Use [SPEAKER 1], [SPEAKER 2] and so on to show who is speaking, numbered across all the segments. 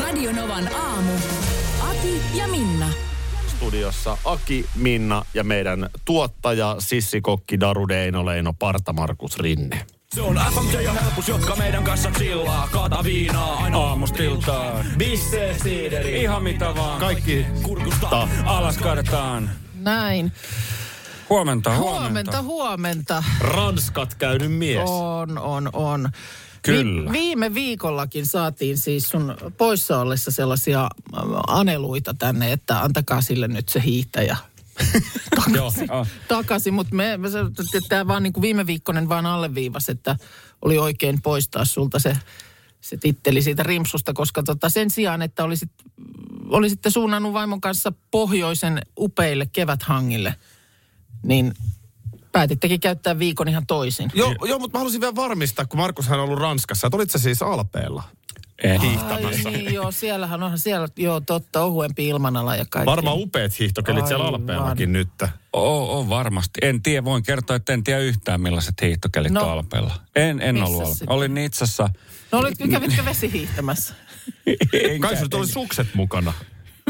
[SPEAKER 1] Radionovan aamu. Ati ja Minna.
[SPEAKER 2] studiossa Aki, Minna ja meidän tuottaja, sissikokki Daru Deino Leino Parta Markus Rinne.
[SPEAKER 3] Se on FMJ ja helpus, jotka meidän kanssa chillaa. Kaata viinaa aina aamustiltaan. Bisse, siideri, ihan mitä vaan.
[SPEAKER 2] Kaikki
[SPEAKER 3] kurkusta
[SPEAKER 2] Ta.
[SPEAKER 3] alas kaadetaan.
[SPEAKER 4] Näin.
[SPEAKER 3] Huomenta,
[SPEAKER 4] Huomenta,
[SPEAKER 3] huomenta.
[SPEAKER 4] huomenta.
[SPEAKER 2] Ranskat käynyt mies.
[SPEAKER 4] On, on, on.
[SPEAKER 3] Kyllä.
[SPEAKER 4] Vi- viime viikollakin saatiin siis sun poissa ollessa sellaisia äh, aneluita tänne, että antakaa sille nyt se hiihtäjä
[SPEAKER 3] Joo, ah,
[SPEAKER 4] takaisin. Mutta me, me sanottiin, että tämä vaan niinku viime viikkoinen vaan alleviivas, että oli oikein poistaa sulta se, se titteli siitä rimsusta, koska tota sen sijaan, että olisit, olisitte suunnannut vaimon kanssa pohjoisen upeille keväthangille, niin päätittekin käyttää viikon ihan toisin.
[SPEAKER 5] Joo, joo, mutta mä halusin vielä varmistaa, kun Markushan on ollut Ranskassa, että olit sä siis Alpeella?
[SPEAKER 3] eh.
[SPEAKER 5] hiihtämässä.
[SPEAKER 4] Ai niin, joo, siellähän onhan siellä, joo totta, ohuempi ilmanala ja kaikki.
[SPEAKER 5] Varmaan upeat hiihtokelit siellä
[SPEAKER 4] Aivan.
[SPEAKER 5] Alpeellakin nyt.
[SPEAKER 3] Oo, oo, varmasti. En tiedä, voin kertoa, että en tiedä yhtään millaiset hiihtokelit
[SPEAKER 4] No.
[SPEAKER 3] no. on Alpeella. En, en ollut
[SPEAKER 4] Missäs
[SPEAKER 3] Alpeella.
[SPEAKER 4] sitten?
[SPEAKER 3] Olin Nitsassa.
[SPEAKER 4] No olit, kävitkö vesihiihtämässä?
[SPEAKER 5] Kai sulla oli sukset mukana.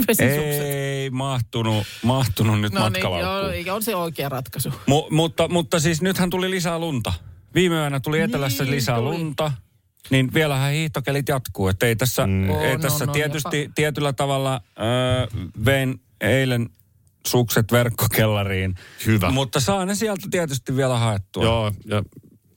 [SPEAKER 4] Vesisukset.
[SPEAKER 3] Ei mahtunut, mahtunut nyt
[SPEAKER 4] No niin, joo,
[SPEAKER 3] matkalaukkuun.
[SPEAKER 4] eikä on se oikea ratkaisu.
[SPEAKER 3] Mu- mutta, mutta siis nythän tuli lisää lunta. Viime yönä tuli etelässä
[SPEAKER 4] Niin,
[SPEAKER 3] lisää
[SPEAKER 4] tuli.
[SPEAKER 3] lunta. Niin vielähän hiihtokelit jatkuu. Että ei tässä, mm. ei
[SPEAKER 4] On,
[SPEAKER 3] tässä
[SPEAKER 4] on, on,
[SPEAKER 3] tietysti
[SPEAKER 4] no, jopa.
[SPEAKER 3] tietyllä tavalla öö, vein eilen sukset verkkokellariin.
[SPEAKER 5] Hyvä.
[SPEAKER 3] Mutta saa ne sieltä tietysti vielä haettua.
[SPEAKER 5] Joo, ja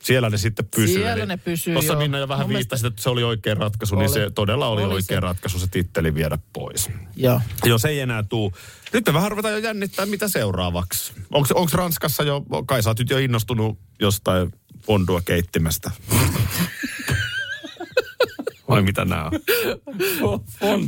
[SPEAKER 5] siellä ne sitten pysyy.
[SPEAKER 4] Siellä
[SPEAKER 5] eli
[SPEAKER 4] ne pysyy,
[SPEAKER 5] Tuossa
[SPEAKER 4] joo.
[SPEAKER 5] Minna jo vähän
[SPEAKER 4] Mun
[SPEAKER 5] viittasit, että se oli oikea ratkaisu,
[SPEAKER 4] Oli.
[SPEAKER 5] niin se todella oli,
[SPEAKER 4] Oli
[SPEAKER 5] oikea
[SPEAKER 4] se.
[SPEAKER 5] ratkaisu se titteli viedä pois.
[SPEAKER 4] Joo.
[SPEAKER 5] Jos ei enää tuu. Nyt me vähän ruvetaan jo jännittää, mitä seuraavaksi. Onko Ranskassa jo, kai sä oot nyt jo innostunut jostain fondua keittimestä? Vai mitä nämä on?
[SPEAKER 4] On,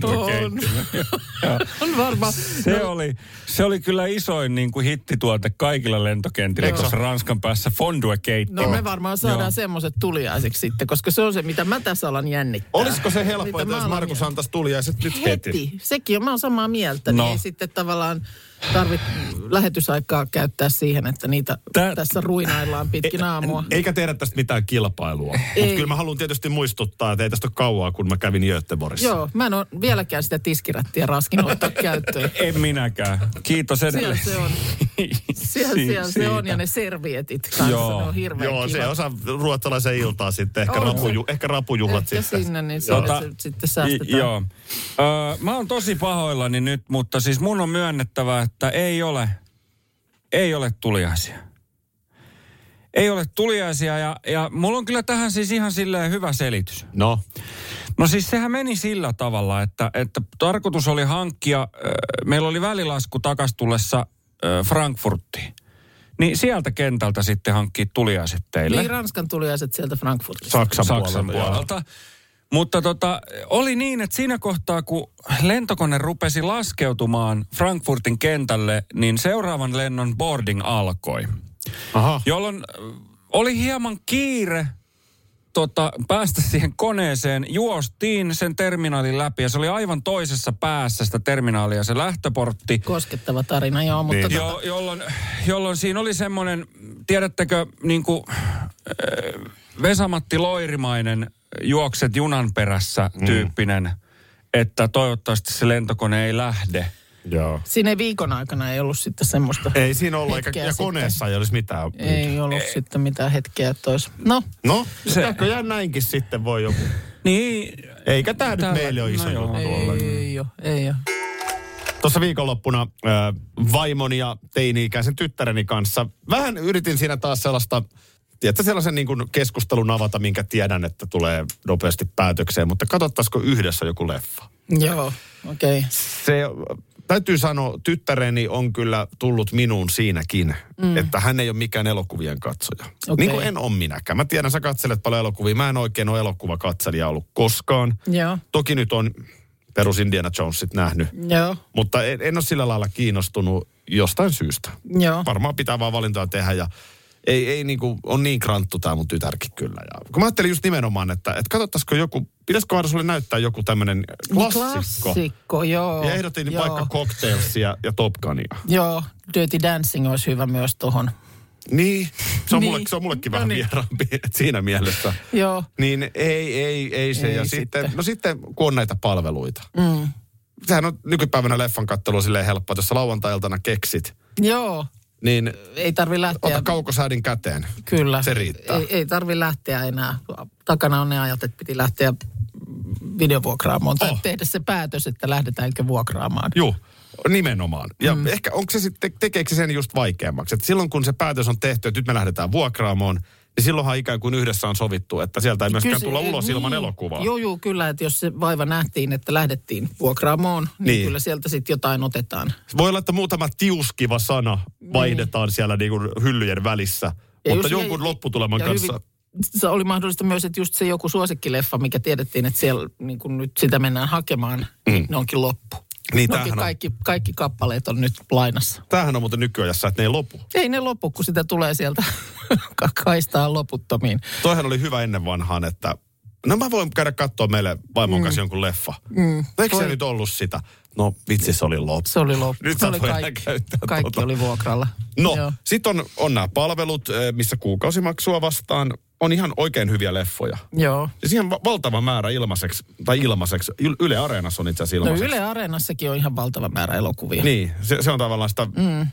[SPEAKER 4] on varmaan.
[SPEAKER 3] Se, oli, se oli kyllä isoin niin kuin hittituote kaikilla lentokentillä,
[SPEAKER 5] Eikö se
[SPEAKER 3] koska Ranskan päässä fondue keitti.
[SPEAKER 4] No me varmaan
[SPEAKER 3] Joo.
[SPEAKER 4] saadaan semmoiset tuliaiseksi sitten, koska se on se, mitä mä tässä alan jännittää.
[SPEAKER 5] Olisiko se helppo,
[SPEAKER 4] Mitä
[SPEAKER 5] että
[SPEAKER 4] mä
[SPEAKER 5] jos
[SPEAKER 4] alan
[SPEAKER 5] Markus
[SPEAKER 4] jännittää?
[SPEAKER 5] antaisi tuliaiset nyt heti?
[SPEAKER 4] Heti. Sekin on, mä oon samaa mieltä, no.
[SPEAKER 3] No.
[SPEAKER 4] niin ei sitten tavallaan tarvitse lähetysaikaa käyttää siihen, että niitä
[SPEAKER 3] Tää-
[SPEAKER 4] tässä ruinaillaan pitkin aamua.
[SPEAKER 5] E- Eikä tehdä tästä mitään kilpailua. Mutta
[SPEAKER 4] Ei.
[SPEAKER 5] kyllä mä haluan tietysti muistuttaa, että ei tästä ole kauaa, kun mä kävin Göteborgissa.
[SPEAKER 4] Joo, mä en ole vieläkään sitä tiskirättiä raskin ottaa käyttöön.
[SPEAKER 3] En minäkään. Kiitos
[SPEAKER 4] Siellä
[SPEAKER 3] edelleen.
[SPEAKER 4] se on. Siellä,
[SPEAKER 3] Si-
[SPEAKER 4] siellä se on
[SPEAKER 3] siitä.
[SPEAKER 4] ja ne servietit kanssa,
[SPEAKER 3] Joo.
[SPEAKER 4] ne on hirveän
[SPEAKER 5] Joo, se
[SPEAKER 4] kivat.
[SPEAKER 5] osa ruotsalaisen iltaa sitten. Ehkä,
[SPEAKER 4] On se.
[SPEAKER 5] rapuju, ehkä rapujuhlat
[SPEAKER 4] Ehkä
[SPEAKER 5] sitten.
[SPEAKER 4] sinne, niin
[SPEAKER 3] Joo.
[SPEAKER 4] siellä se sitten säästetään.
[SPEAKER 3] Tota- I- Joo. Öö, mä oon tosi pahoillani nyt, mutta siis mun on myönnettävä, että ei ole, ei ole tuliaisia. Ei ole tuliaisia ja, ja mulla on kyllä tähän siis ihan silleen hyvä selitys.
[SPEAKER 5] No,
[SPEAKER 3] No siis sehän meni sillä tavalla, että, että tarkoitus oli hankkia, äh, meillä oli välilasku takastullessa äh, Frankfurttiin. Niin sieltä kentältä sitten hankkia tuliaiset teille.
[SPEAKER 4] Niin Ranskan tuliaiset sieltä Frankfurtista.
[SPEAKER 5] Saksan,
[SPEAKER 3] Saksan
[SPEAKER 5] puolelta. joo.
[SPEAKER 3] puolelta. Mutta tota, oli niin, että siinä kohtaa, kun lentokone rupesi laskeutumaan Frankfurtin kentälle, niin seuraavan lennon boarding alkoi.
[SPEAKER 5] Aha.
[SPEAKER 3] Jolloin äh, oli hieman kiire tota, päästä siihen koneeseen. Juostiin sen terminaalin läpi ja se oli aivan toisessa päässä sitä terminaalia se lähtöportti.
[SPEAKER 4] Koskettava tarina, joo, mutta...
[SPEAKER 5] Niin.
[SPEAKER 4] tota-
[SPEAKER 3] Jo, jolloin, jolloin siinä oli semmoinen, tiedättekö, niin kuin, äh, Vesamatti Loirimainen juokset junan perässä tyyppinen, että toivottavasti se lentokone ei lähde.
[SPEAKER 5] Joo.
[SPEAKER 4] Siinä ei viikon aikana ei ollut sitten semmoista.
[SPEAKER 5] Ei siinä ollut, eikä,
[SPEAKER 4] Hetkeä
[SPEAKER 5] ja
[SPEAKER 4] sitten.
[SPEAKER 5] koneessa ei olisi mitään.
[SPEAKER 4] Ei ollut ei. sitten mitään hetkeä, että olisi. No,
[SPEAKER 5] No,
[SPEAKER 3] Se-
[SPEAKER 5] se... näköjään näinkin sitten voi joku.
[SPEAKER 3] Niin,
[SPEAKER 5] Eikä tämä nyt
[SPEAKER 3] Tällä-
[SPEAKER 5] meille ole iso
[SPEAKER 3] no joo.
[SPEAKER 5] juttu ollenkaan.
[SPEAKER 4] ei ole, ei ole.
[SPEAKER 5] Tuossa viikonloppuna ö, vaimoni ja teini-ikäisen tyttäreni kanssa vähän yritin siinä taas sellaista, tiedätkö, sellaisen niin kuin keskustelun avata, minkä tiedän, että tulee nopeasti päätökseen, mutta katsottaisiko yhdessä joku leffa?
[SPEAKER 4] Joo, okei. Okay.
[SPEAKER 5] Se, täytyy sanoa, tyttäreni on kyllä tullut minuun siinäkin, mm. että hän ei ole mikään elokuvien katsoja. Okay. Niin kuin en ole minäkään. Mä tiedän, sä katselet paljon elokuvia. Mä en oikein ole elokuvakatselija ollut koskaan.
[SPEAKER 4] Joo,
[SPEAKER 5] Toki nyt on perus Indiana Jonesit nähnyt,
[SPEAKER 4] joo,
[SPEAKER 5] mutta en, en ole sillä lailla kiinnostunut jostain syystä.
[SPEAKER 4] joo.
[SPEAKER 5] Varmaan pitää vaan valintoja tehdä ja ei, ei niinku, on niin kranttu tämä mun tytärkin kyllä. Ja, kun mä ajattelin just nimenomaan, että, että katsottaisiko joku, pitäisikö aina sulle näyttää joku tämmöinen Niin klassikko.
[SPEAKER 4] Niin Klassikko, joo.
[SPEAKER 5] Ja ehdotin
[SPEAKER 4] joo.
[SPEAKER 5] vaikka cocktailsia ja Top Gunia.
[SPEAKER 4] Joo, Dirty Dancing olisi hyvä myös tuohon.
[SPEAKER 5] Niin, se on,
[SPEAKER 4] Niin.
[SPEAKER 5] mulle, se on mullekin
[SPEAKER 4] No
[SPEAKER 5] vähän
[SPEAKER 4] niin.
[SPEAKER 5] vieraampi et siinä mielessä.
[SPEAKER 4] Joo,
[SPEAKER 5] Niin ei, ei, ei se.
[SPEAKER 4] Ei
[SPEAKER 5] Ei ja sitten,
[SPEAKER 4] sitten.
[SPEAKER 5] sitten, no sitten kun on näitä palveluita. Mm. Sehän on nykypäivänä leffan kattelu silleen helppoa, että jos sä lauantailtana keksit,
[SPEAKER 4] joo.
[SPEAKER 5] niin
[SPEAKER 4] Ei tarvi lähteä.
[SPEAKER 5] ota kaukosäädin käteen.
[SPEAKER 4] Kyllä.
[SPEAKER 5] Se riittää.
[SPEAKER 4] Ei, ei tarvi lähteä enää. Takana on ne ajat, että piti lähteä videovuokraamoon tai
[SPEAKER 5] Oh.
[SPEAKER 4] tehdä se päätös, että lähdetäänkö vuokraamaan.
[SPEAKER 5] Joo, nimenomaan. Ja mm. ehkä onko se sitten, tekeekö se sen just vaikeammaksi? Että silloin kun se päätös on tehty, että nyt me lähdetään vuokraamoon, niin silloinhan ikään kuin yhdessä on sovittu, että sieltä ei myöskään
[SPEAKER 4] se-
[SPEAKER 5] tulla ulos
[SPEAKER 4] niin.
[SPEAKER 5] ilman elokuvaa.
[SPEAKER 4] Joo, joo, kyllä, että jos se vaiva nähtiin, että lähdettiin vuokraamoon, niin, niin.
[SPEAKER 5] Niin.
[SPEAKER 4] kyllä sieltä sitten jotain otetaan.
[SPEAKER 5] Voi olla, että muutama tiuskiva sana vaihdetaan siellä niin kuin hyllyjen välissä,
[SPEAKER 4] Ja
[SPEAKER 5] mutta
[SPEAKER 4] jos-
[SPEAKER 5] jonkun
[SPEAKER 4] ja-
[SPEAKER 5] lopputuleman
[SPEAKER 4] ja
[SPEAKER 5] kanssa...
[SPEAKER 4] Hyvin, se oli mahdollista myös, että just se joku suosikkileffa, mikä tiedettiin, että siellä niin kun nyt sitä mennään hakemaan, mm. ne onkin loppu.
[SPEAKER 5] Niin,
[SPEAKER 4] ne onkin
[SPEAKER 5] tämähän on-
[SPEAKER 4] kaikki, kaikki kappaleet on nyt lainassa.
[SPEAKER 5] Tämähän on muuten nykyajassa, että ne ei lopu.
[SPEAKER 4] Ei ne lopu, kun sitä tulee sieltä ka- kaistaa loputtomiin.
[SPEAKER 5] Toihan oli hyvä ennen vanhaan, että no mä voin käydä katsoa meille vaimon kanssa jonkun leffa. Mm. Eikö se nyt ollut sitä? No vitsi, se oli loppu.
[SPEAKER 4] Se oli loppu.
[SPEAKER 5] Nyt
[SPEAKER 4] se
[SPEAKER 5] sä
[SPEAKER 4] oli
[SPEAKER 5] et voi enää
[SPEAKER 4] kaikki,
[SPEAKER 5] käyttää
[SPEAKER 4] kaikki
[SPEAKER 5] tuota.
[SPEAKER 4] oli vuokralla. Joo.
[SPEAKER 5] No, sitten on, on nämä palvelut, eh, missä kuukausimaksua vastaan on ihan oikein hyviä leffoja.
[SPEAKER 4] Joo.
[SPEAKER 5] Ja siihen va- valtava määrä ilmaiseksi, tai ilmaiseksi, Yl- Yle Areenassa on itse asiassa
[SPEAKER 4] No
[SPEAKER 5] ilmaiseksi.
[SPEAKER 4] Yle Areenassakin on ihan valtava määrä elokuvia.
[SPEAKER 5] Niin, se, se on tavallaan sitä mm.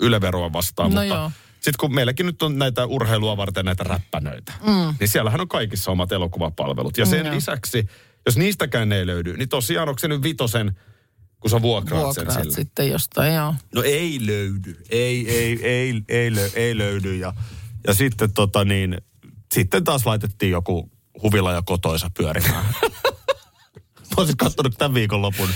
[SPEAKER 5] yleveroa vastaan,
[SPEAKER 4] No
[SPEAKER 5] no mutta
[SPEAKER 4] joo.
[SPEAKER 5] sitten kun meilläkin nyt on näitä urheilua varten näitä räppänöitä, mm. niin siellähän on kaikissa omat elokuvapalvelut. Ja sen
[SPEAKER 4] joo.
[SPEAKER 5] mm, lisäksi, jos niistäkään ei löydy, niin tosiaan onko se nyt vitosen, kun sä vuokraat, sen
[SPEAKER 4] Vuokraat
[SPEAKER 5] sillä?
[SPEAKER 4] sitten jostain, joo.
[SPEAKER 5] No ei löydy. Ei, ei, ei, ei, lö, ei löydy. Ja, ja sitten, tota niin, sitten taas laitettiin joku huvila ja kotoisa pyörimään. Mä olisin katsonut tämän viikonlopun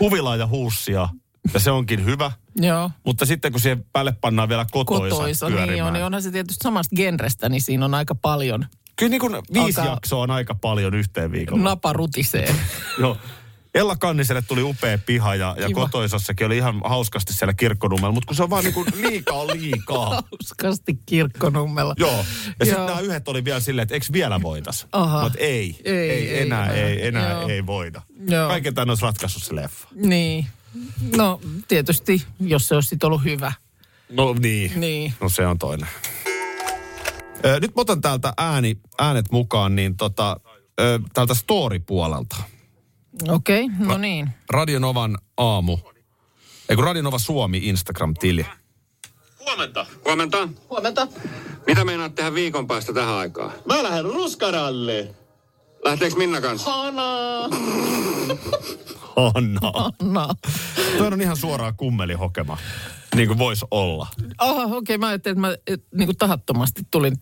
[SPEAKER 5] huvila ja huussia. Ja se onkin hyvä.
[SPEAKER 4] Joo.
[SPEAKER 5] Mutta sitten kun siihen päälle pannaan vielä kotoisa,
[SPEAKER 4] Kotoisa,
[SPEAKER 5] pyörimään.
[SPEAKER 4] niin on. Niin onhan se tietysti samasta genrestä, niin siinä on aika paljon
[SPEAKER 5] Kyllä niin kuin viisi
[SPEAKER 4] Alkaa- No.
[SPEAKER 5] jaksoa on aika paljon yhteen viikolla.
[SPEAKER 4] naparutiseen.
[SPEAKER 5] Joo. Ella Kanniselle tuli upea piha ja, ja
[SPEAKER 4] Kiva.
[SPEAKER 5] kotoisassakin oli ihan hauskasti siellä kirkkonummella, mutta kun se on vaan niin kuin liikaa on liikaa.
[SPEAKER 4] Hauskasti kirkkonummella.
[SPEAKER 5] Joo. Ja
[SPEAKER 4] Joo.
[SPEAKER 5] sitten nämä yhdet oli vielä silleen, että eikö vielä voitas?
[SPEAKER 4] Aha.
[SPEAKER 5] Mutta ei,
[SPEAKER 4] Ei,
[SPEAKER 5] ei,
[SPEAKER 4] ei
[SPEAKER 5] ei, enää,
[SPEAKER 4] enää.
[SPEAKER 5] ei, ei enää
[SPEAKER 4] Joo.
[SPEAKER 5] ei voida.
[SPEAKER 4] Joo.
[SPEAKER 5] Kaiken tämän olisi ratkaissut se leffa.
[SPEAKER 4] Niin. No tietysti, jos se olisi sit ollut hyvä.
[SPEAKER 5] No niin.
[SPEAKER 4] Niin.
[SPEAKER 5] No se on toinen. Ö, nyt mä otan täältä ääni, äänet mukaan, niin tota, ö, täältä story-puolelta.
[SPEAKER 4] Okei, okay, no niin.
[SPEAKER 5] Radionovan aamu. Ei kun Radionova Suomi Instagram-tili.
[SPEAKER 6] Huomenta. Huomenta.
[SPEAKER 4] Huomenta.
[SPEAKER 6] Mitä meinaat tehdä viikon päästä tähän aikaan?
[SPEAKER 7] Mä lähden ruskaralle.
[SPEAKER 6] Lähteekö Minna kanssa?
[SPEAKER 7] Hanaa.
[SPEAKER 5] Anna.
[SPEAKER 4] No.
[SPEAKER 5] Tuo on ihan suoraa kummelihokema. Niin kuin voisi olla.
[SPEAKER 4] Aha, okei, okay, mä ajattelin, että mä et, niin kuin tahattomasti tulin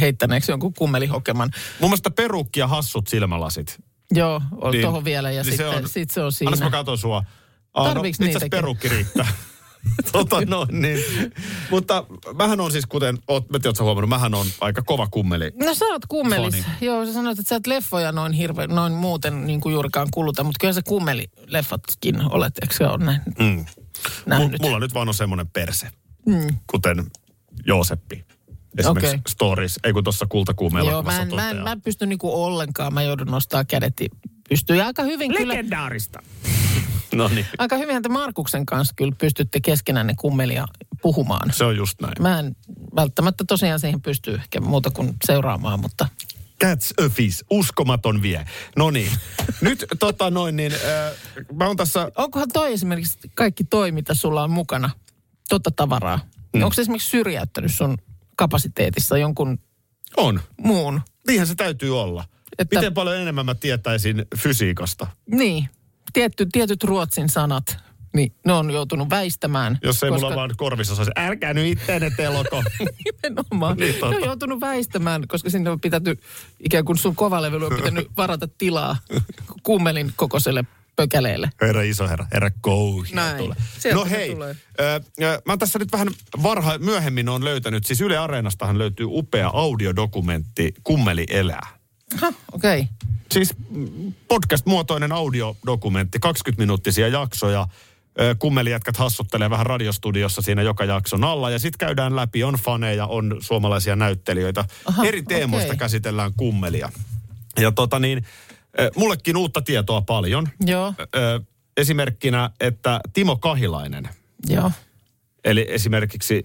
[SPEAKER 4] heittäneeksi jonkun kummelihokeman.
[SPEAKER 5] Mun mielestä perukki ja hassut silmälasit.
[SPEAKER 4] Joo, on niin,
[SPEAKER 5] Niin.
[SPEAKER 4] tohon vielä ja niin
[SPEAKER 5] Niin se
[SPEAKER 4] sitten se on,
[SPEAKER 5] on-
[SPEAKER 4] sit se on siinä.
[SPEAKER 5] Annas mä katon sua. Ah, Aa,
[SPEAKER 4] Tarviiks
[SPEAKER 5] itse asiassa
[SPEAKER 4] niitäkin?
[SPEAKER 5] perukki riittää. tota noin, niin. Mutta mähän on siis, kuten oot, mä tiedät, sä huomannut, mähän on aika kova kummeli.
[SPEAKER 4] No sä oot kummelis.
[SPEAKER 5] Fani.
[SPEAKER 4] Joo, sä sanoit, että sä et leffoja noin, hirve, noin muuten niin kuin juurikaan kuluta, mutta kyllä sä kummelileffatkin olet, eikö se ole näin?
[SPEAKER 5] Mm.
[SPEAKER 4] Nähnyt.
[SPEAKER 5] M- mulla nyt vaan on semmoinen perse, mm. kuten Jooseppi. Esimerkiksi
[SPEAKER 4] Okei.
[SPEAKER 5] okay. Stories, ei kun tuossa kultakuumeella
[SPEAKER 4] Joo, mä en, mä, en, mä
[SPEAKER 5] toteaa.
[SPEAKER 4] en pysty niinku ollenkaan, mä joudun nostaa kädet i- pystyyn. Ja aika hyvin kyllä,
[SPEAKER 5] Legendaarista. no niin,
[SPEAKER 4] aika hyvin te Markuksen kanssa kyllä pystytte keskenänne kummelia puhumaan.
[SPEAKER 5] se on just näin.
[SPEAKER 4] Mä en välttämättä tosiaan siihen pysty ehkä muuta kuin seuraamaan, mutta
[SPEAKER 5] Cats Öfis, uskomaton vie. No niin, nyt tota noin, niin äh, mä oon tässä
[SPEAKER 4] onkohan toi esimerkiksi kaikki toi, mitä sulla on mukana, totta tavaraa? Mm. Onko se esimerkiksi syrjäyttänyt sun kapasiteetissa jonkun
[SPEAKER 5] On.
[SPEAKER 4] muun?
[SPEAKER 5] Niinhän se täytyy olla.
[SPEAKER 4] Että-
[SPEAKER 5] Että... Miten paljon enemmän mä tietäisin fysiikasta,
[SPEAKER 4] Niin, Tietty, tietyt ruotsin sanat, niin ne on joutunut väistämään.
[SPEAKER 5] jos ei koska... mulla vaan korvissa saisi, älkää nyt itteenne teloko.
[SPEAKER 4] Nimenomaan.
[SPEAKER 5] Niin,
[SPEAKER 4] ne on
[SPEAKER 5] totta.
[SPEAKER 4] joutunut väistämään, koska sinne on pitänyt, ikään kuin sun kovalevely on pitänyt varata tilaa kummelin kokoiselle pökäleille.
[SPEAKER 5] Herra iso herra, herra kouhi.
[SPEAKER 4] Näin.
[SPEAKER 5] Tulee.
[SPEAKER 4] Sieltä
[SPEAKER 5] No
[SPEAKER 4] se
[SPEAKER 5] hei,
[SPEAKER 4] tulee.
[SPEAKER 5] ö, ö, mä tässä nyt vähän varha, myöhemmin on löytänyt, siis Yle Areenastahan löytyy upea audiodokumentti Kummeli elää.
[SPEAKER 4] Aha, okei. Okay.
[SPEAKER 5] Siis mm, podcast-muotoinen audiodokumentti, 20-minuuttisia jaksoja. Ö, Kummeli jätkät hassuttelee vähän radiostudiossa siinä joka jakson alla ja sitten käydään läpi, on faneja, on suomalaisia näyttelijöitä.
[SPEAKER 4] Aha,
[SPEAKER 5] Eri teemoista
[SPEAKER 4] okei.
[SPEAKER 5] käsitellään kummelia. Ja tota niin, ö, mullekin uutta tietoa paljon.
[SPEAKER 4] Joo,
[SPEAKER 5] Ö, esimerkkinä, että Timo Kahilainen,
[SPEAKER 4] joo.
[SPEAKER 5] eli esimerkiksi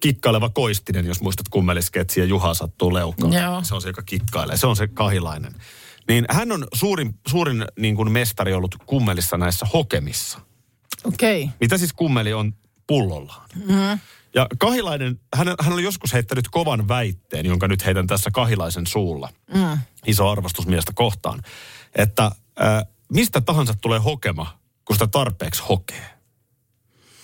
[SPEAKER 5] kikkaileva Koistinen, jos muistat kummelisketsiä, Juha sattuu leukaan.
[SPEAKER 4] Joo.
[SPEAKER 5] Se on se, joka kikkailee. Se on se Kahilainen. Niin hän on suurin, suurin niin kuin mestari ollut kummelissa näissä hokemissa.
[SPEAKER 4] Okei. Okay.
[SPEAKER 5] Mitä siis kummeli on pullollaan? Mm. Ja Kahilainen, hän, hän oli joskus heittänyt kovan väitteen, jonka nyt heitän tässä Kahilaisen suulla. Mm. Iso arvostus miestä kohtaan. Että äh, mistä tahansa tulee hokema, kun sitä tarpeeksi hokee.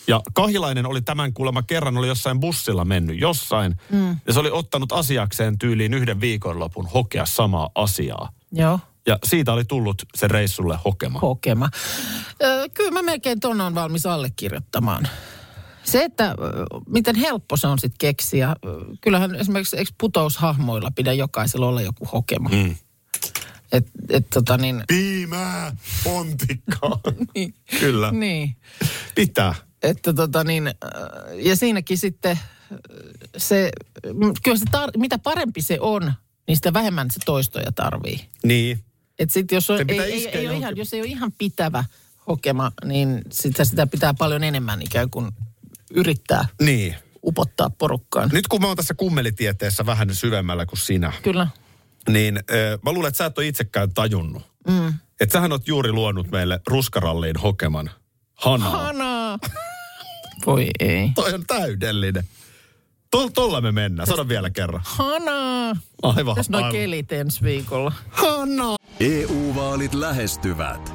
[SPEAKER 5] Ja Kahilainen oli tämän kuulemma kerran, oli jossain bussilla mennyt jossain. Mm. Ja se oli ottanut asiakseen tyyliin yhden viikonlopun hokea samaa asiaa.
[SPEAKER 4] Joo.
[SPEAKER 5] Ja siitä oli tullut se reissulle hokema.
[SPEAKER 4] hokema. Ö, Kyllä mä melkein ton on valmis allekirjoittamaan. Se, että ö, miten helppo se on sitten keksiä. Ö, Kyllähän esimerkiksi eikö putoushahmoilla pidä jokaisella olla joku hokema. Mm. Et, et tota niin,
[SPEAKER 5] Piimää, pontikkaa.
[SPEAKER 4] Niin.
[SPEAKER 5] Kyllä.
[SPEAKER 4] niin.
[SPEAKER 5] Pitää.
[SPEAKER 4] Että tota niin, ö, ja siinäkin sitten ö, se, mm, kyllä se tar- mitä parempi se on, niin sitä vähemmän se toistoja tarvii.
[SPEAKER 5] Niin.
[SPEAKER 4] Et sit jos, on,
[SPEAKER 5] Sen
[SPEAKER 4] ei,
[SPEAKER 5] pitää
[SPEAKER 4] ei,
[SPEAKER 5] iskeä
[SPEAKER 4] ei ole ihan,
[SPEAKER 5] johonkin.
[SPEAKER 4] jos ei ole ihan pitävä hokema, niin sitä, sitä pitää paljon enemmän ikään kuin yrittää
[SPEAKER 5] Niin.
[SPEAKER 4] upottaa porukkaan.
[SPEAKER 3] Niin.
[SPEAKER 4] Nyt.
[SPEAKER 5] Nyt kun mä oon tässä kummelitieteessä vähän syvemmällä kuin sinä,
[SPEAKER 4] Kyllä.
[SPEAKER 5] niin ö, mä luulen, että sä et ole itsekään tajunnut. Mm. Että sähän oot juuri luonut meille ruskaralliin hokeman hanaa.
[SPEAKER 4] Hanaa! Voi ei.
[SPEAKER 5] Toi on täydellinen. Tol, tolla me mennään. Sano vielä kerran.
[SPEAKER 4] Hanaa!
[SPEAKER 5] Aivan.
[SPEAKER 4] Tässä noin
[SPEAKER 5] aivan.
[SPEAKER 4] kelit ensi viikolla.
[SPEAKER 5] Hanna.
[SPEAKER 8] EU-vaalit E lähestyvät.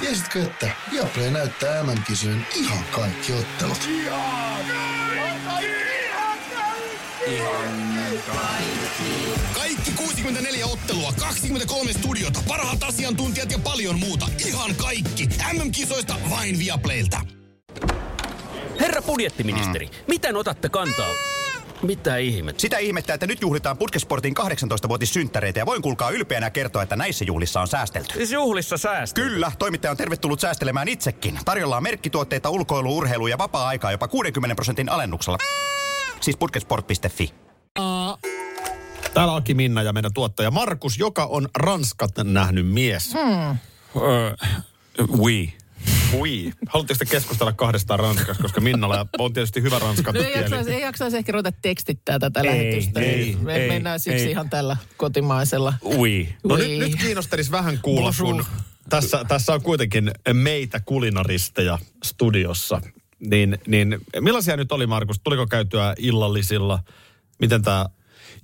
[SPEAKER 9] Tiesitkö, että Viaplay näyttää MM-kisojen ihan kaikki ottelut?
[SPEAKER 10] Kaikki 64 ottelua, 23 studiota, parhaat asiantuntijat ja paljon muuta. Ihan kaikki. MM-kisoista vain Viaplaylta.
[SPEAKER 11] Herra budjettiministeri, mm. miten otatte kantaa? Mitä ihmettä?
[SPEAKER 12] Sitä ihmettä, että nyt juhlitaan Putkesportin 18-vuotissynttäreitä ja voin kuulkaa ylpeänä kertoa, että näissä juhlissa on säästelty.
[SPEAKER 11] Siis juhlissa säästö.
[SPEAKER 12] Kyllä, toimittaja on tervetullut säästelemään itsekin. Tarjolla on merkkituotteita, ulkoilu, urheilu ja vapaa-aikaa jopa 60 prosentin alennuksella. Siis putkesport.fi.
[SPEAKER 5] Täällä Aki Minna ja meidän tuottaja Markus, joka on Ranskat nähnyt mies. Hmm.
[SPEAKER 3] Öö, oui.
[SPEAKER 5] Ui. Haluatteko te keskustella kahdestaan Ranskasta, koska Minnalla on tietysti hyvä niin ranskan
[SPEAKER 4] No ei jaksaisi, ei jaksaisi ehkä ruveta tekstittää tätä ei, lähetystä.
[SPEAKER 3] ei,
[SPEAKER 4] Me
[SPEAKER 3] ei,
[SPEAKER 4] mennään siksi
[SPEAKER 3] ei.
[SPEAKER 4] ihan tällä kotimaisella.
[SPEAKER 3] Oui.
[SPEAKER 5] No
[SPEAKER 4] Ui.
[SPEAKER 5] nyt, nyt kiinnostaisi vähän kuulla, kun
[SPEAKER 4] Bonjour.
[SPEAKER 5] tässä, tässä on kuitenkin meitä kulinaristeja studiossa. Niin, niin millaisia nyt oli, Markus? Tuliko käytyä illallisilla? Miten tämä...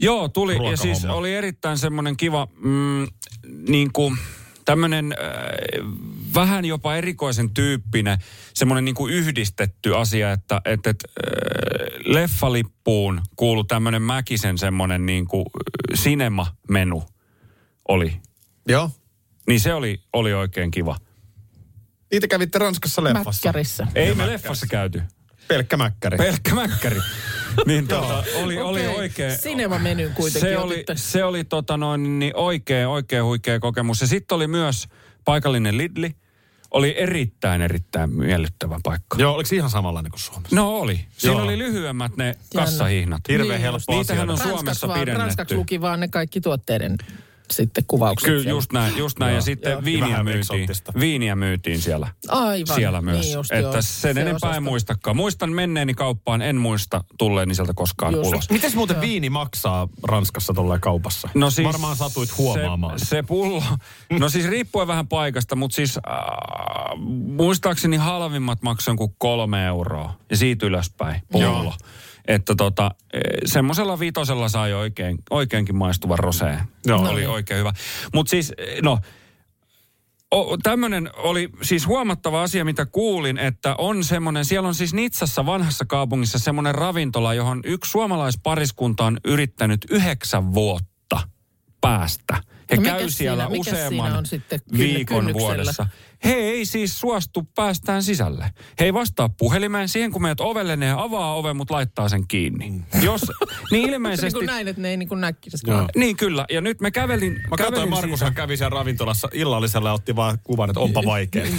[SPEAKER 3] Joo, tuli. Ja
[SPEAKER 5] Ruokahomma.
[SPEAKER 3] siis oli erittäin semmoinen kiva, mm, niin kuin tämmöinen äh, vähän jopa erikoisen tyyppinen, semmoinen niin kuin yhdistetty asia, että et, et, äh, leffalippuun kuului tämmöinen Mäkisen semmoinen niin kuin sinema-menu oli.
[SPEAKER 5] Joo.
[SPEAKER 3] Niin se oli, oli oikein kiva.
[SPEAKER 5] Niitä kävitte Ranskassa leffassa.
[SPEAKER 4] Mäkkärissä.
[SPEAKER 3] Ei me leffassa käyty.
[SPEAKER 5] Pelkkä mäkkäri.
[SPEAKER 3] Pelkkä mäkkäri. niin tota, oli, oli
[SPEAKER 4] Okei.
[SPEAKER 3] oikein.
[SPEAKER 4] Sinema-menyn kuitenkin
[SPEAKER 3] se oli,
[SPEAKER 4] otitte.
[SPEAKER 3] se oli tota noin, niin oikein, oikein huikea kokemus. Ja sitten oli myös paikallinen Lidli. Oli erittäin, erittäin miellyttävä paikka.
[SPEAKER 5] Joo, oliko se ihan samanlainen kuin Suomessa?
[SPEAKER 3] No oli. Siinä
[SPEAKER 5] Joo.
[SPEAKER 3] oli lyhyemmät ne kassahihnat.
[SPEAKER 5] Hirveän
[SPEAKER 4] Niin
[SPEAKER 5] helppo
[SPEAKER 3] Niitähän
[SPEAKER 5] asia.
[SPEAKER 3] on
[SPEAKER 4] Ranskaksi
[SPEAKER 3] Suomessa
[SPEAKER 4] vaan,
[SPEAKER 3] pidennetty.
[SPEAKER 4] Ranskaksi luki vaan ne kaikki tuotteiden sitten kuvaukset.
[SPEAKER 3] Kyllä,
[SPEAKER 4] siellä.
[SPEAKER 3] just näin, just näin. Ja, sitten viiniä
[SPEAKER 5] Vähän
[SPEAKER 3] myytiin.
[SPEAKER 5] eksoottista.
[SPEAKER 3] Viiniä myytiin siellä.
[SPEAKER 4] Aivan.
[SPEAKER 3] Siellä myös.
[SPEAKER 4] Niin just,
[SPEAKER 3] että
[SPEAKER 4] joo.
[SPEAKER 3] sen
[SPEAKER 4] Se
[SPEAKER 3] enempää
[SPEAKER 4] osasta.
[SPEAKER 3] en muistakaan. Muistan menneeni kauppaan, en muista tulleeni sieltä koskaan
[SPEAKER 4] Just.
[SPEAKER 3] ulos.
[SPEAKER 5] Mites muuten viini maksaa Ranskassa tuolla kaupassa? Varmaan satuit huomaamaan.
[SPEAKER 3] No siis Se, se pullo, no siis riippuen vähän paikasta, mutta siis äh, muistaakseni halvimmat maksoin kuin kolme euroa ja siitä ylöspäin pullo.
[SPEAKER 5] Joo.
[SPEAKER 3] Että tota, e, semmoisella vitosella sai oikein, oikeinkin maistuvan roseen. Joo.
[SPEAKER 5] No
[SPEAKER 3] Oli
[SPEAKER 5] niin.
[SPEAKER 3] oikein hyvä. Mutta siis, e, no, O, tämmönen oli siis huomattava asia, mitä kuulin, että on semmoinen, siellä on siis Nitsassa vanhassa kaupungissa semmoinen ravintola, johon yksi suomalaispariskunta on yrittänyt yhdeksän vuotta päästä. He
[SPEAKER 4] No
[SPEAKER 3] no
[SPEAKER 4] mikäs
[SPEAKER 3] käy
[SPEAKER 4] siinä-
[SPEAKER 3] siellä
[SPEAKER 4] mikäs siinä
[SPEAKER 3] useamman
[SPEAKER 4] on sitten kynny-
[SPEAKER 3] viikon
[SPEAKER 4] kynnyksellä?
[SPEAKER 3] vuodessa. He ei siis suostu päästään sisälle. He ei vastaa puhelimeen siihen, kun menet ovelle, ne avaa oven, mutta laittaa sen
[SPEAKER 5] Mm.
[SPEAKER 3] kiinni. Jos, niin
[SPEAKER 4] Se niin
[SPEAKER 3] ilmeisesti...
[SPEAKER 4] kuin näin, että ne ei niin kuin näkkisi.
[SPEAKER 3] Niin kyllä, ja nyt me kävelin...
[SPEAKER 5] Mä
[SPEAKER 3] kävelin
[SPEAKER 5] katsoin, Markushan kävi siellä ravintolassa illallisella ja otti vaan kuvan, että onpa vaikea.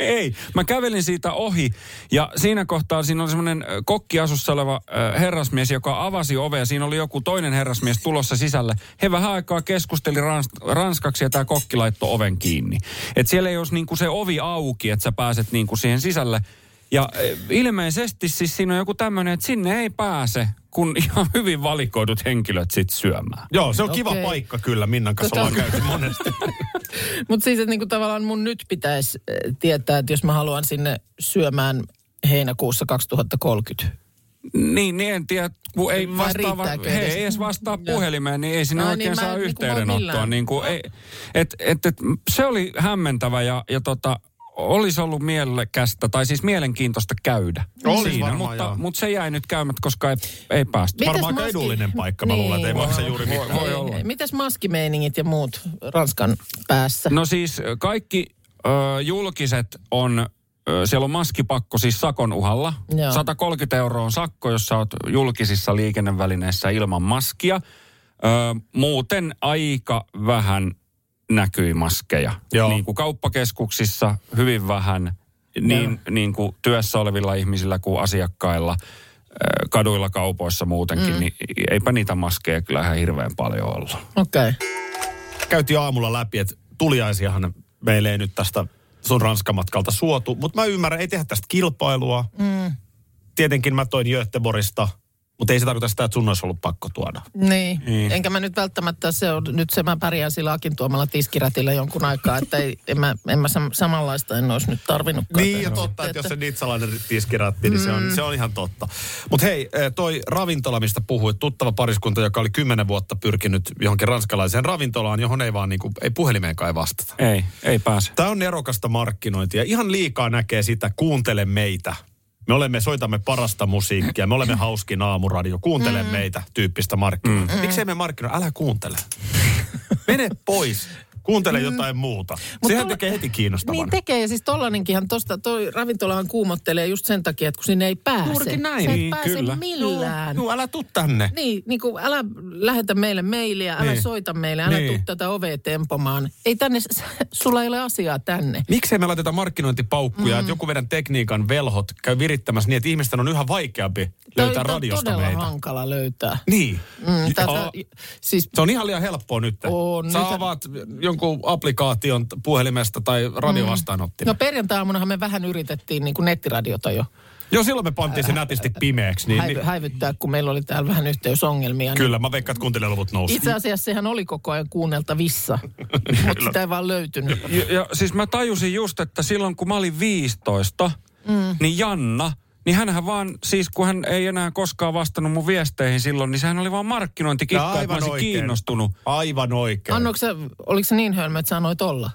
[SPEAKER 3] Ei, mä kävelin siitä ohi ja siinä kohtaa siinä oli semmoinen ö, kokkiasussa oleva ö, herrasmies, joka avasi ovea. Siinä oli joku toinen herrasmies tulossa sisälle. He vähän aikaa keskusteli rans- ranskaksi ja tämä kokki laittoi oven kiinni. Et siellä ei olisi niinku se ovi auki, että sä pääset niinku siihen sisälle. Ja ö, ilmeisesti siis siinä on joku tämmöinen, että sinne ei pääse, kun ihan hyvin valikoidut henkilöt sit syömään.
[SPEAKER 5] Joo, se on kiva
[SPEAKER 4] Okei.
[SPEAKER 5] paikka kyllä. Minnan kanssa
[SPEAKER 4] Tota-
[SPEAKER 5] ollaan käyty monesti.
[SPEAKER 4] Mutta siis, että niinku tavallaan mun nyt pitäisi eh, tietää, että jos mä haluan sinne syömään heinäkuussa 2030.
[SPEAKER 3] Niin, niin en tiedä, kun ei
[SPEAKER 4] Vai
[SPEAKER 3] vastaa,
[SPEAKER 4] riittääkö
[SPEAKER 3] he
[SPEAKER 4] edes?
[SPEAKER 3] ei edes vastaa
[SPEAKER 4] Joo.
[SPEAKER 3] puhelimeen, niin ei sinne
[SPEAKER 4] No
[SPEAKER 3] no,
[SPEAKER 4] niin,
[SPEAKER 3] oikein niin,
[SPEAKER 4] mä
[SPEAKER 3] saa
[SPEAKER 4] en niinku voi
[SPEAKER 3] yhteydenottoa.
[SPEAKER 4] millään.
[SPEAKER 3] Niin kuin, ei, et, et, et, se oli hämmentävä ja, ja tota, olisi ollut mielekästä, tai siis mielenkiintoista käydä
[SPEAKER 5] Olisi
[SPEAKER 3] siinä,
[SPEAKER 5] varmaan,
[SPEAKER 3] mutta,
[SPEAKER 5] joo.
[SPEAKER 3] mutta se jäi nyt käymättä, koska ei, ei päästy.
[SPEAKER 4] Mitäs
[SPEAKER 5] Varmaan aika
[SPEAKER 4] maski-
[SPEAKER 5] edullinen paikka, mä luulen, että ei
[SPEAKER 4] Niin.
[SPEAKER 5] maksa juuri mitään.
[SPEAKER 3] Voi olla.
[SPEAKER 4] Mitäs maskimeiningit ja muut Ranskan päässä?
[SPEAKER 3] No siis kaikki ö, julkiset on, ö, siellä on maskipakko siis sakon uhalla.
[SPEAKER 4] Joo.
[SPEAKER 3] Joo. 130 euroa on sakko, jos sä oot julkisissa liikennevälineissä ilman maskia. Ö, muuten aika vähän näkyi maskeja.
[SPEAKER 5] Joo.
[SPEAKER 3] Niin kuin kauppakeskuksissa hyvin vähän, niin, niin kuin työssä olevilla ihmisillä kuin asiakkailla, ö, kaduilla kaupoissa muutenkin, mm. niin eipä niitä maskeja kyllä ihan hirveän paljon ollut.
[SPEAKER 4] Okei. Okay.
[SPEAKER 5] Käytiin aamulla läpi, että tuliaisiahan meille ei nyt tästä sun Ranskamatkalta suotu. Mutta mä ymmärrän, ei tehdä tästä kilpailua. Mm. Tietenkin mä toin Göteborista, mutta ei se tarkoita sitä, että sun olisi ollut pakko tuoda.
[SPEAKER 4] Niin. niin. Enkä mä nyt välttämättä se on, nyt se mä pärjään sillä Akin tuomalla tiskirätillä jonkun aikaa, että ei, en mä, en mä sam, samanlaista en olisi nyt tarvinnutkaan.
[SPEAKER 5] Niin ja
[SPEAKER 4] tehdä.
[SPEAKER 5] totta, että jos se nitsalainen tiskiratti, niin se on, se on ihan totta. Mutta hei, eh, toi ravintola, mistä puhuit, tuttava pariskunta, joka oli kymmenen vuotta pyrkinyt johonkin ranskalaiseen ravintolaan, johon ei vaan niinku, ei puhelimeenkaan ei vastata.
[SPEAKER 3] Ei, ei pääse.
[SPEAKER 5] Tämä on nerokasta markkinointia. Ihan liikaa näkee sitä, kuuntele meitä. Me olemme, soitamme parasta musiikkia, me olemme hauskin aamuradio, kuuntele mm. meitä tyyppistä markkinointia. Mm. Miksei me markkinoi? Älä kuuntele. Mene pois, kuuntele mm. jotain muuta.
[SPEAKER 4] Mut
[SPEAKER 5] Sehän
[SPEAKER 4] tolla-
[SPEAKER 5] tekee heti kiinnostavan.
[SPEAKER 4] Niin tekee, ja siis tollanenkinhan tosta, toi ravintolahan kuumottelee just sen takia, että kun sinne ei pääse.
[SPEAKER 5] Juurikin näin.
[SPEAKER 4] Sä et
[SPEAKER 5] Niin,
[SPEAKER 4] pääse
[SPEAKER 3] kyllä.
[SPEAKER 4] millään.
[SPEAKER 5] Juu, älä tuu tänne.
[SPEAKER 4] Niin, niin kuin älä lähetä meille mailia, älä
[SPEAKER 5] Niin.
[SPEAKER 4] soita meille, älä
[SPEAKER 5] Niin.
[SPEAKER 4] tuu tätä ovea tempomaan. Ei tänne, sulla ei ole asiaa tänne.
[SPEAKER 5] Miksei me laiteta markkinointipaukkuja, mm. että joku meidän tekniikan velhot käy virittämässä niin, että ihmisten on yhä vaikeampi löytää
[SPEAKER 4] Toi- toi on
[SPEAKER 5] radiosta
[SPEAKER 4] todella
[SPEAKER 5] meitä.
[SPEAKER 4] hankala löytää.
[SPEAKER 5] Niin.
[SPEAKER 4] Mm, tätä,
[SPEAKER 5] Joo.
[SPEAKER 4] siis,
[SPEAKER 5] Se on ihan liian helppoa nyt.
[SPEAKER 4] On,
[SPEAKER 5] Sä
[SPEAKER 4] nyt-
[SPEAKER 5] avaat jonkun applikaation t- puhelimesta tai radiovastaanottimen.
[SPEAKER 4] no
[SPEAKER 5] Mm.
[SPEAKER 4] perjantai-aamunahan me vähän yritettiin niin kuin nettiradiota jo
[SPEAKER 5] Joo, silloin me pantiin se nätisti pimeäksi. Niin,
[SPEAKER 4] häivy,
[SPEAKER 5] niin,
[SPEAKER 4] häivyttää, kun meillä oli täällä vähän yhteysongelmia. niin-
[SPEAKER 5] kyllä, mä veikkaan, että kuuntelijaluvut nousi.
[SPEAKER 4] Itse asiassa sehän oli koko ajan kuunneltavissa, mutta sitä ei vaan löytynyt.
[SPEAKER 3] Ja, ja siis mä tajusin just, että silloin kun mä olin 15, mm. niin Janna, niin hänhän vaan, siis kun hän ei enää koskaan vastannut mun viesteihin silloin, niin sehän oli vaan
[SPEAKER 5] No,
[SPEAKER 3] markkinointikikka, että mä olisin
[SPEAKER 5] oikein.
[SPEAKER 3] kiinnostunut.
[SPEAKER 5] Aivan oikein.
[SPEAKER 4] Annoiko se, oliko se niin hölmö, että sä annoit olla?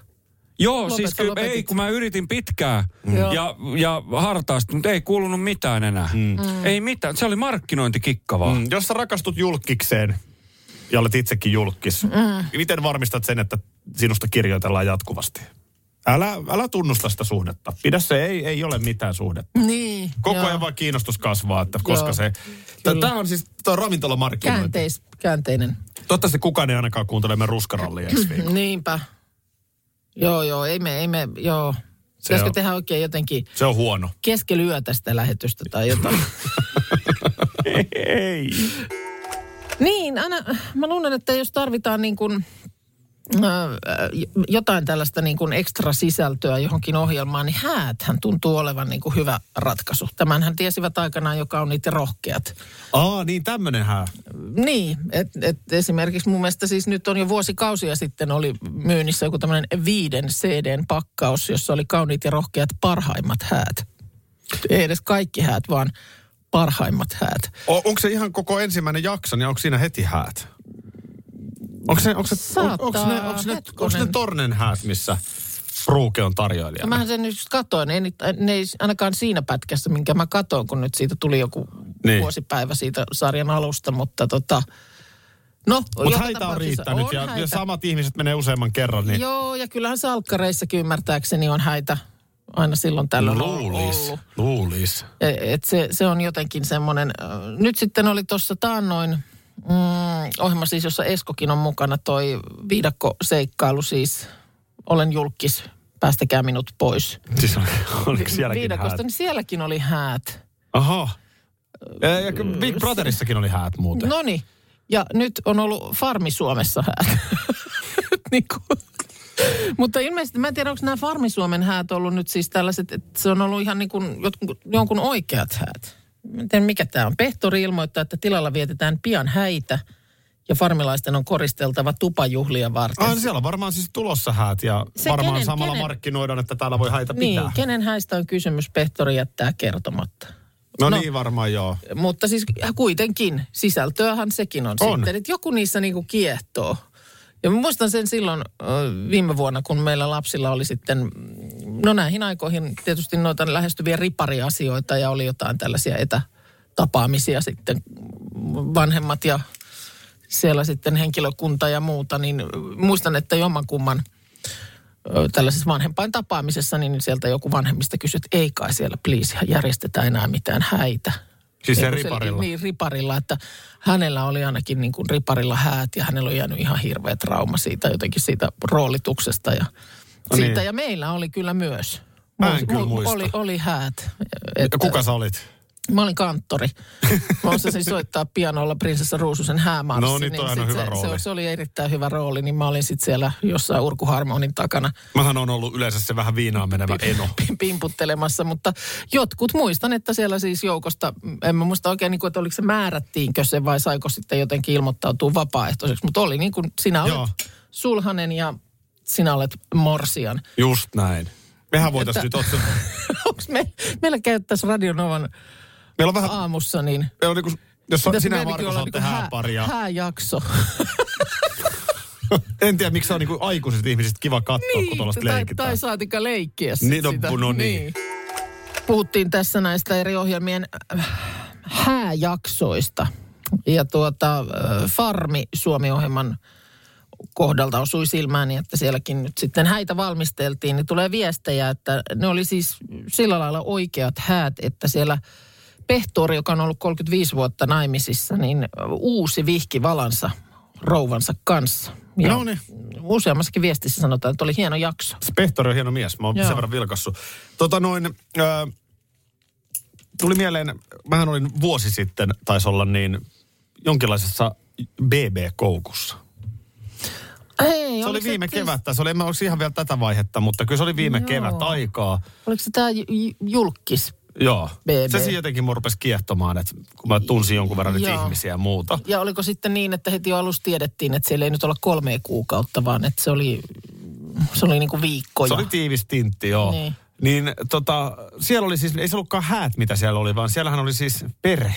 [SPEAKER 3] Joo,
[SPEAKER 4] Lopeta,
[SPEAKER 3] siis kyllä,
[SPEAKER 4] lopetit.
[SPEAKER 3] ei, kun mä yritin pitkään mm.
[SPEAKER 4] Joo.
[SPEAKER 3] ja, ja hartaasti, mutta ei kuulunut mitään enää. Mm. Ei mitään, se oli markkinointikikka vaan. Mm.
[SPEAKER 5] Mm, Jos sä rakastut julkikseen ja olet itsekin julkis, mm. miten varmistat sen, että sinusta kirjoitellaan jatkuvasti? Älä, älä tunnusta sitä suhdetta. Pidä se, ei, ei ole mitään suhdetta.
[SPEAKER 4] Niin.
[SPEAKER 5] Koko
[SPEAKER 4] joo.
[SPEAKER 5] ajan vaan kiinnostus kasvaa, että koska
[SPEAKER 4] Joo,
[SPEAKER 5] se... Tämä on siis tää on ravintolamarkkinointi.
[SPEAKER 4] Käänteis, käänteinen.
[SPEAKER 5] Toivottavasti kukaan ei ainakaan kuuntele meidän ruskarallia ensi
[SPEAKER 4] Mm-hmm.
[SPEAKER 5] viikolla.
[SPEAKER 4] Niinpä. Joo, joo, ei me, ei me, joo. Pitäisikö
[SPEAKER 5] on-
[SPEAKER 4] tehdä oikein jotenkin
[SPEAKER 5] Se on huono.
[SPEAKER 4] keskellä yötä sitä lähetystä tai jotain?
[SPEAKER 5] Ei.
[SPEAKER 4] niin, aina, mä luulen, että jos tarvitaan niin kuin ö, jotain tällaista niin kuin ekstra sisältöä johonkin ohjelmaan, niin hääthän tuntuu olevan niin kuin hyvä ratkaisu. Tämänhän tiesivät aikanaan, joka on niitä rohkeat.
[SPEAKER 5] Aa, niin tämmönen hää.
[SPEAKER 4] Niin, että et esimerkiksi mun mielestä siis nyt on jo vuosikausia sitten oli myynnissä joku tämmöinen viiden CDn pakkaus, jossa oli kauniit ja rohkeat parhaimmat häät. Ei edes kaikki häät, vaan parhaimmat häät.
[SPEAKER 5] O, onko se ihan koko ensimmäinen jakso, niin onko siinä heti häät? Onko se, onko se, on,
[SPEAKER 4] Saattaa,
[SPEAKER 5] onko ne, onko ne, onko ne
[SPEAKER 4] hetkonen.
[SPEAKER 5] tornen häät, missä Ruuke on tarjoilija?
[SPEAKER 4] Ja mähän sen nyt katoin, ei, niitä- ne ei ainakaan siinä pätkässä, minkä mä katoin, kun nyt siitä tuli joku
[SPEAKER 5] Niin.
[SPEAKER 4] niin. vuosipäivä siitä sarjan alusta, mutta tota, no,
[SPEAKER 5] Mutta
[SPEAKER 4] joka
[SPEAKER 5] häitä on
[SPEAKER 4] tapauksessa
[SPEAKER 5] riittänyt
[SPEAKER 4] on
[SPEAKER 5] ja, ja
[SPEAKER 4] häitä.
[SPEAKER 5] samat ihmiset menee useamman kerran. Niin
[SPEAKER 4] Joo, ja kyllähän salkkareissakin ymmärtääkseni on häitä aina silloin tällöin
[SPEAKER 5] luulis,
[SPEAKER 4] ollut. E,
[SPEAKER 5] luulis.
[SPEAKER 4] Et se, se on jotenkin semmoinen, äh, nyt sitten oli tuossa taannoin mm, ohjelma siis, jossa Eskokin on mukana toi viidakkoseikkailu siis, olen julkis, päästäkää minut pois.
[SPEAKER 5] Siis on, oliko sielläkin häät?
[SPEAKER 4] Viidakosta, niin sielläkin oli häät.
[SPEAKER 5] Aha. Ja, ja Big Brotherissakin oli häät muuten.
[SPEAKER 4] No niin. Ja nyt on ollut Farmi Suomessa häät. niin kuin. Mutta ilmeisesti, mä en tiedä, onko nämä Farmi Suomen häät ollut nyt siis tällaiset, että se on ollut ihan niin kuin jotkun, jonkun oikeat häät. Mä en tiedä, mikä tämä on. Pehtori ilmoittaa, että tilalla vietetään pian häitä ja farmilaisten on koristeltava tupajuhlia varten.
[SPEAKER 5] Ah, niin siellä on varmaan siis tulossa häät ja
[SPEAKER 4] Se,
[SPEAKER 5] varmaan
[SPEAKER 4] kenen-
[SPEAKER 5] samalla
[SPEAKER 4] kenen-
[SPEAKER 5] markkinoidaan, että täällä voi häitä
[SPEAKER 4] niin,
[SPEAKER 5] pitää.
[SPEAKER 4] kenen häistä on kysymys, Pehtori jättää kertomatta.
[SPEAKER 5] no,
[SPEAKER 4] no.
[SPEAKER 5] niin varmaan joo.
[SPEAKER 4] Mutta siis kuitenkin, sisältöähän sekin on,
[SPEAKER 5] On.
[SPEAKER 4] on. sitten, että joku niissä niinku kiehtoo. Ja mä muistan sen silloin ö, viime vuonna, kun meillä lapsilla oli sitten, no näihin aikoihin tietysti noita lähestyviä ripariasioita ja oli jotain tällaisia etätapaamisia sitten vanhemmat ja siellä sitten henkilökunta ja muuta, niin ö, muistan, että jommankumman ö, tällaisessa vanhempain tapaamisessa, niin sieltä joku vanhemmista kysyi, että ei kai siellä, please, järjestetään enää mitään häitä.
[SPEAKER 5] Siis
[SPEAKER 4] Ei,
[SPEAKER 5] se
[SPEAKER 4] kun se-
[SPEAKER 5] riparilla.
[SPEAKER 4] Niin, riparilla, että hänellä oli ainakin niin kuin riparilla häät ja hänellä on jäänyt ihan hirveä trauma siitä jotenkin siitä roolituksesta ja
[SPEAKER 5] No
[SPEAKER 4] siitä.
[SPEAKER 5] niin.
[SPEAKER 4] Ja meillä oli kyllä myös.
[SPEAKER 5] Mä en
[SPEAKER 4] Mu-
[SPEAKER 5] kyllä
[SPEAKER 4] mu-
[SPEAKER 5] muista.
[SPEAKER 4] Oli, oli häät. Että-
[SPEAKER 5] Ja kuka sä olit?
[SPEAKER 4] Mä olin kanttori. Mä osasin soittaa pianolla prinsessa Ruususen häämarssi.
[SPEAKER 5] No niin, toi on
[SPEAKER 4] sit
[SPEAKER 5] hyvä
[SPEAKER 4] se,
[SPEAKER 5] rooli.
[SPEAKER 4] Se, se, oli erittäin hyvä rooli, niin mä olin sitten siellä jossain urkuharmonin takana
[SPEAKER 5] Mähän on ollut yleensä se vähän viinaan menevä eno.
[SPEAKER 4] pim- pimputtelemassa, mutta jotkut muistan, että siellä siis joukosta, mm, en mä muista oikein, niin kuin, että oliko se määrättiinkö se vai saiko sitten jotenkin ilmoittautua vapaaehtoiseksi, mutta oli niin kuin sinä olet
[SPEAKER 5] Joo.
[SPEAKER 4] Sulhanen ja sinä olet Morsian.
[SPEAKER 5] Just näin. Mehän voitaisiin nyt
[SPEAKER 4] Että-
[SPEAKER 5] ottaa.
[SPEAKER 4] Onko me, meillä käyttäisi Radionovan
[SPEAKER 5] Meillä on vähän,
[SPEAKER 4] aamussa, niin
[SPEAKER 5] meillä on niinku, jos on,
[SPEAKER 4] pitäisi
[SPEAKER 5] sinä ja
[SPEAKER 4] meidänkin
[SPEAKER 5] Markus
[SPEAKER 4] olla
[SPEAKER 5] olette
[SPEAKER 4] niinku hää-
[SPEAKER 5] hääpari ja
[SPEAKER 4] Hääjakso.
[SPEAKER 5] en tiedä miksi se on niinku aikuiset ihmiset kiva katsoa, kun tuollaista
[SPEAKER 4] Niin, tai,
[SPEAKER 5] leikitään.
[SPEAKER 4] tai saatika leikkiä sit
[SPEAKER 5] Niin, no,
[SPEAKER 4] sitä.
[SPEAKER 5] no niin.
[SPEAKER 4] Puhuttiin tässä näistä eri ohjelmien äh, hääjaksoista. Ja tuota, äh, Farmi Suomi-ohjelman kohdalta osui silmääni, että sielläkin nyt sitten häitä valmisteltiin, niin tulee viestejä, että ne oli siis sillä lailla oikeat häät, että siellä Pehtori, joka on ollut 35 vuotta naimisissa, niin uusi vihki valansa rouvansa kanssa. Ja
[SPEAKER 5] No niin.
[SPEAKER 4] Useammassakin viestissä sanotaan, että oli hieno jakso.
[SPEAKER 5] Spehtori on hieno mies, mä oon
[SPEAKER 4] Joo.
[SPEAKER 5] sen verran vilkassu. Tota noin, ö, tuli mieleen, mähän olin vuosi sitten, taisi olla niin, jonkinlaisessa BB-koukussa.
[SPEAKER 4] Ei,
[SPEAKER 5] Se
[SPEAKER 4] Niin, oliko siis-
[SPEAKER 5] oli viime
[SPEAKER 4] tis-
[SPEAKER 5] kevättä, se oli, en mä olisi ihan vielä tätä vaihetta, mutta kyllä se oli viime
[SPEAKER 4] Joo.
[SPEAKER 5] kevät aikaa.
[SPEAKER 4] Oliko se tämä julkis?
[SPEAKER 5] Joo.
[SPEAKER 4] BB.
[SPEAKER 5] Se siinä jotenkin mun rupesi kiehtomaan, että kun mä tunsin jonkun verran niitä
[SPEAKER 4] Joo.
[SPEAKER 5] ihmisiä ja muuta.
[SPEAKER 4] Ja oliko sitten niin, että heti jo alussa tiedettiin, että siellä ei nyt olla kolme kuukautta, vaan että se oli, se oli niin kuin viikkoja.
[SPEAKER 5] Se oli tiivis tintti, joo. Niin.
[SPEAKER 4] Niin.
[SPEAKER 5] niin tota, siellä oli siis, ei se ollutkaan häät, mitä siellä oli, vaan siellähän oli siis perhe.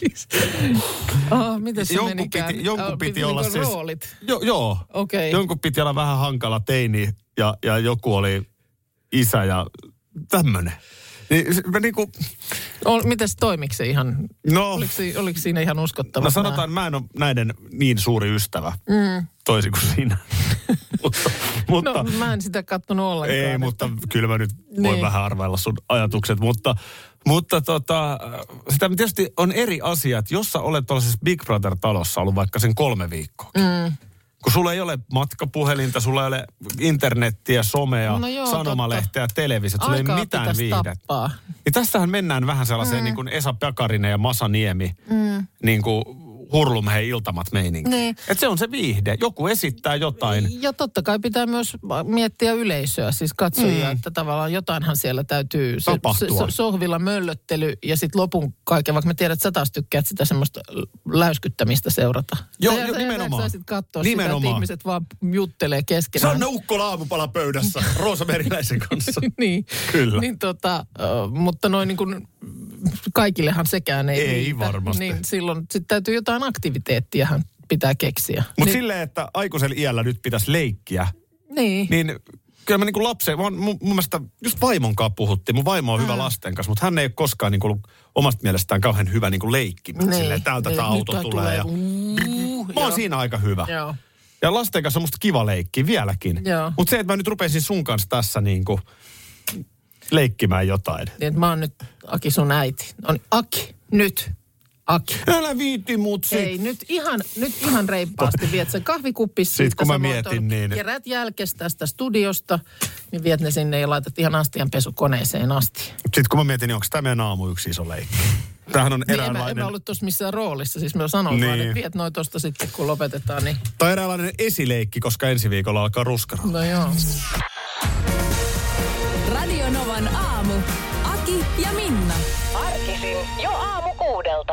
[SPEAKER 4] oh, miten se
[SPEAKER 5] siis- Jonkun
[SPEAKER 4] menikään?
[SPEAKER 5] piti- jonkun
[SPEAKER 4] Oh,
[SPEAKER 5] piti olla
[SPEAKER 4] niinku
[SPEAKER 5] siis-
[SPEAKER 4] roolit.
[SPEAKER 5] Jo, joo.
[SPEAKER 4] Okei.
[SPEAKER 5] Jonkun piti olla vähän hankala teini ja, ja joku oli isä ja tämmönen. Niin, se- mä niinku,
[SPEAKER 4] Ol, mites toimiko se ihan?
[SPEAKER 5] no,
[SPEAKER 4] Oliko, si- oliko siinä ihan uskottava?
[SPEAKER 5] no sanotaan, mä en ole näiden niin suuri ystävä, mm. toisin kuin sinä. mutta, mutta
[SPEAKER 4] No mä en sitä kattonut ollenkaan.
[SPEAKER 5] Ei, mutta kyllä mä nyt voin
[SPEAKER 4] Niin.
[SPEAKER 5] vähän arvailla sun ajatukset, mutta, mutta tota, sitä tietysti on eri asia, että jos sä olet tuollaisessa Big Brother-talossa ollut vaikka sen kolme viikkoa, mm. kun sulla ei ole matkapuhelinta, sulla ei ole internettiä, somea,
[SPEAKER 4] No joo,
[SPEAKER 5] sanomalehteä, televisiota, sulla
[SPEAKER 4] Aikaa
[SPEAKER 5] ei mitään
[SPEAKER 4] pitäisi
[SPEAKER 5] viihdettä.
[SPEAKER 4] tappaa.
[SPEAKER 5] Niin tässähän mennään vähän sellaiseen mm. niin kuin Esa Pekarinen ja Masa Niemi mm. niin kuin hurlumhei iltamat meininki.
[SPEAKER 4] Niin.
[SPEAKER 5] Et se on se viihde. Joku esittää jotain.
[SPEAKER 4] Ja totta kai pitää myös miettiä yleisöä, siis katsojia, mm. että tavallaan jotainhan siellä täytyy se, se,
[SPEAKER 5] Tapahtua.
[SPEAKER 4] so- sohvilla möllöttely ja sitten lopun kaiken, vaikka mä tiedän, että sä taas tykkäät sitä semmoista läyskyttämistä seurata.
[SPEAKER 5] Joo,
[SPEAKER 4] Sä-
[SPEAKER 5] joo,
[SPEAKER 4] sä- sä-
[SPEAKER 5] nimenomaan.
[SPEAKER 4] Sä sit katsoa sitä,
[SPEAKER 5] Nimenomaan. no-
[SPEAKER 4] että ihmiset vaan juttelee keskenään.
[SPEAKER 5] Sanna Ukkola aamupala pöydässä Roosa Meriläisen kanssa.
[SPEAKER 4] niin.
[SPEAKER 5] Kyllä.
[SPEAKER 4] Niin tota, ö, mutta noin niin kuin kaikillehan sekään ei
[SPEAKER 5] Ei
[SPEAKER 4] riitä.
[SPEAKER 5] varmasti.
[SPEAKER 4] Niin silloin sit täytyy jotain aktiviteettiahan pitää keksiä.
[SPEAKER 5] Mutta
[SPEAKER 4] niin,
[SPEAKER 5] silleen, että aikuisella iällä nyt pitäisi leikkiä,
[SPEAKER 4] niin.
[SPEAKER 5] niin kyllä mä niin kuin lapsen, mä oon, mun, mun mielestä just vaimon kanssa puhuttiin, mun vaimo on
[SPEAKER 4] Mm.
[SPEAKER 5] hyvä lasten kanssa, mutta hän ei ole koskaan niin kuin ollut omasta mielestään kauhean hyvä niin kuin leikkimään.
[SPEAKER 4] Niin,
[SPEAKER 5] Silleen, täältä
[SPEAKER 4] niin,
[SPEAKER 5] tämä
[SPEAKER 4] nyt
[SPEAKER 5] auto
[SPEAKER 4] tää
[SPEAKER 5] tulee,
[SPEAKER 4] tulee.
[SPEAKER 5] ja mä oon siinä aika hyvä.
[SPEAKER 4] Joo.
[SPEAKER 5] Ja lasten kanssa on musta kiva leikkiä vieläkin.
[SPEAKER 4] Joo.
[SPEAKER 5] Mutta se, että mä nyt rupesin sun kanssa tässä niin kuin leikkimään jotain.
[SPEAKER 4] Niin, että mä oon nyt Aki sun äiti. No niin, Aki, nyt. Aki.
[SPEAKER 5] Älä viiti mut sit.
[SPEAKER 4] Ei, nyt ihan, nyt ihan reippaasti viet sen kahvikuppissa.
[SPEAKER 5] Sit
[SPEAKER 4] siitä,
[SPEAKER 5] kun mä
[SPEAKER 4] sä voit
[SPEAKER 5] mietin,
[SPEAKER 4] olla-
[SPEAKER 5] niin-
[SPEAKER 4] Kerät jälkes tästä studiosta, niin viet ne sinne ja laitat ihan astianpesukoneeseen asti.
[SPEAKER 5] Sitten kun mä mietin, niin onko tämä meidän aamu yksi iso leikki. Tämähän on
[SPEAKER 4] Niin en, mä, en
[SPEAKER 5] eräänlainen,
[SPEAKER 4] mä ollut tuossa missään roolissa, siis mä sanoin niin. vaan,
[SPEAKER 5] Niin.
[SPEAKER 4] että viet noin tuosta sitten, kun lopetetaan, niin
[SPEAKER 5] tai eräänlainen esileikki, koska ensi viikolla alkaa ruskara.
[SPEAKER 4] no joo.
[SPEAKER 1] Radio Novan aamu. Aki ja Minna. Arkisin jo aamu kuudelta.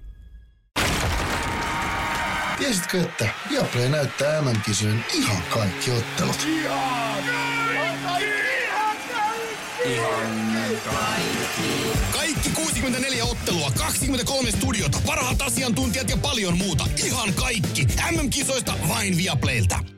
[SPEAKER 9] Tiesitkö, että Viaplay näyttää MM-kisojen ihan kaikki ottelut?
[SPEAKER 13] Kaikki 64 ottelua, 23 studiota, parhaat asiantuntijat ja paljon muuta. Ihan kaikki. MM-kisoista vain Viaplaylta.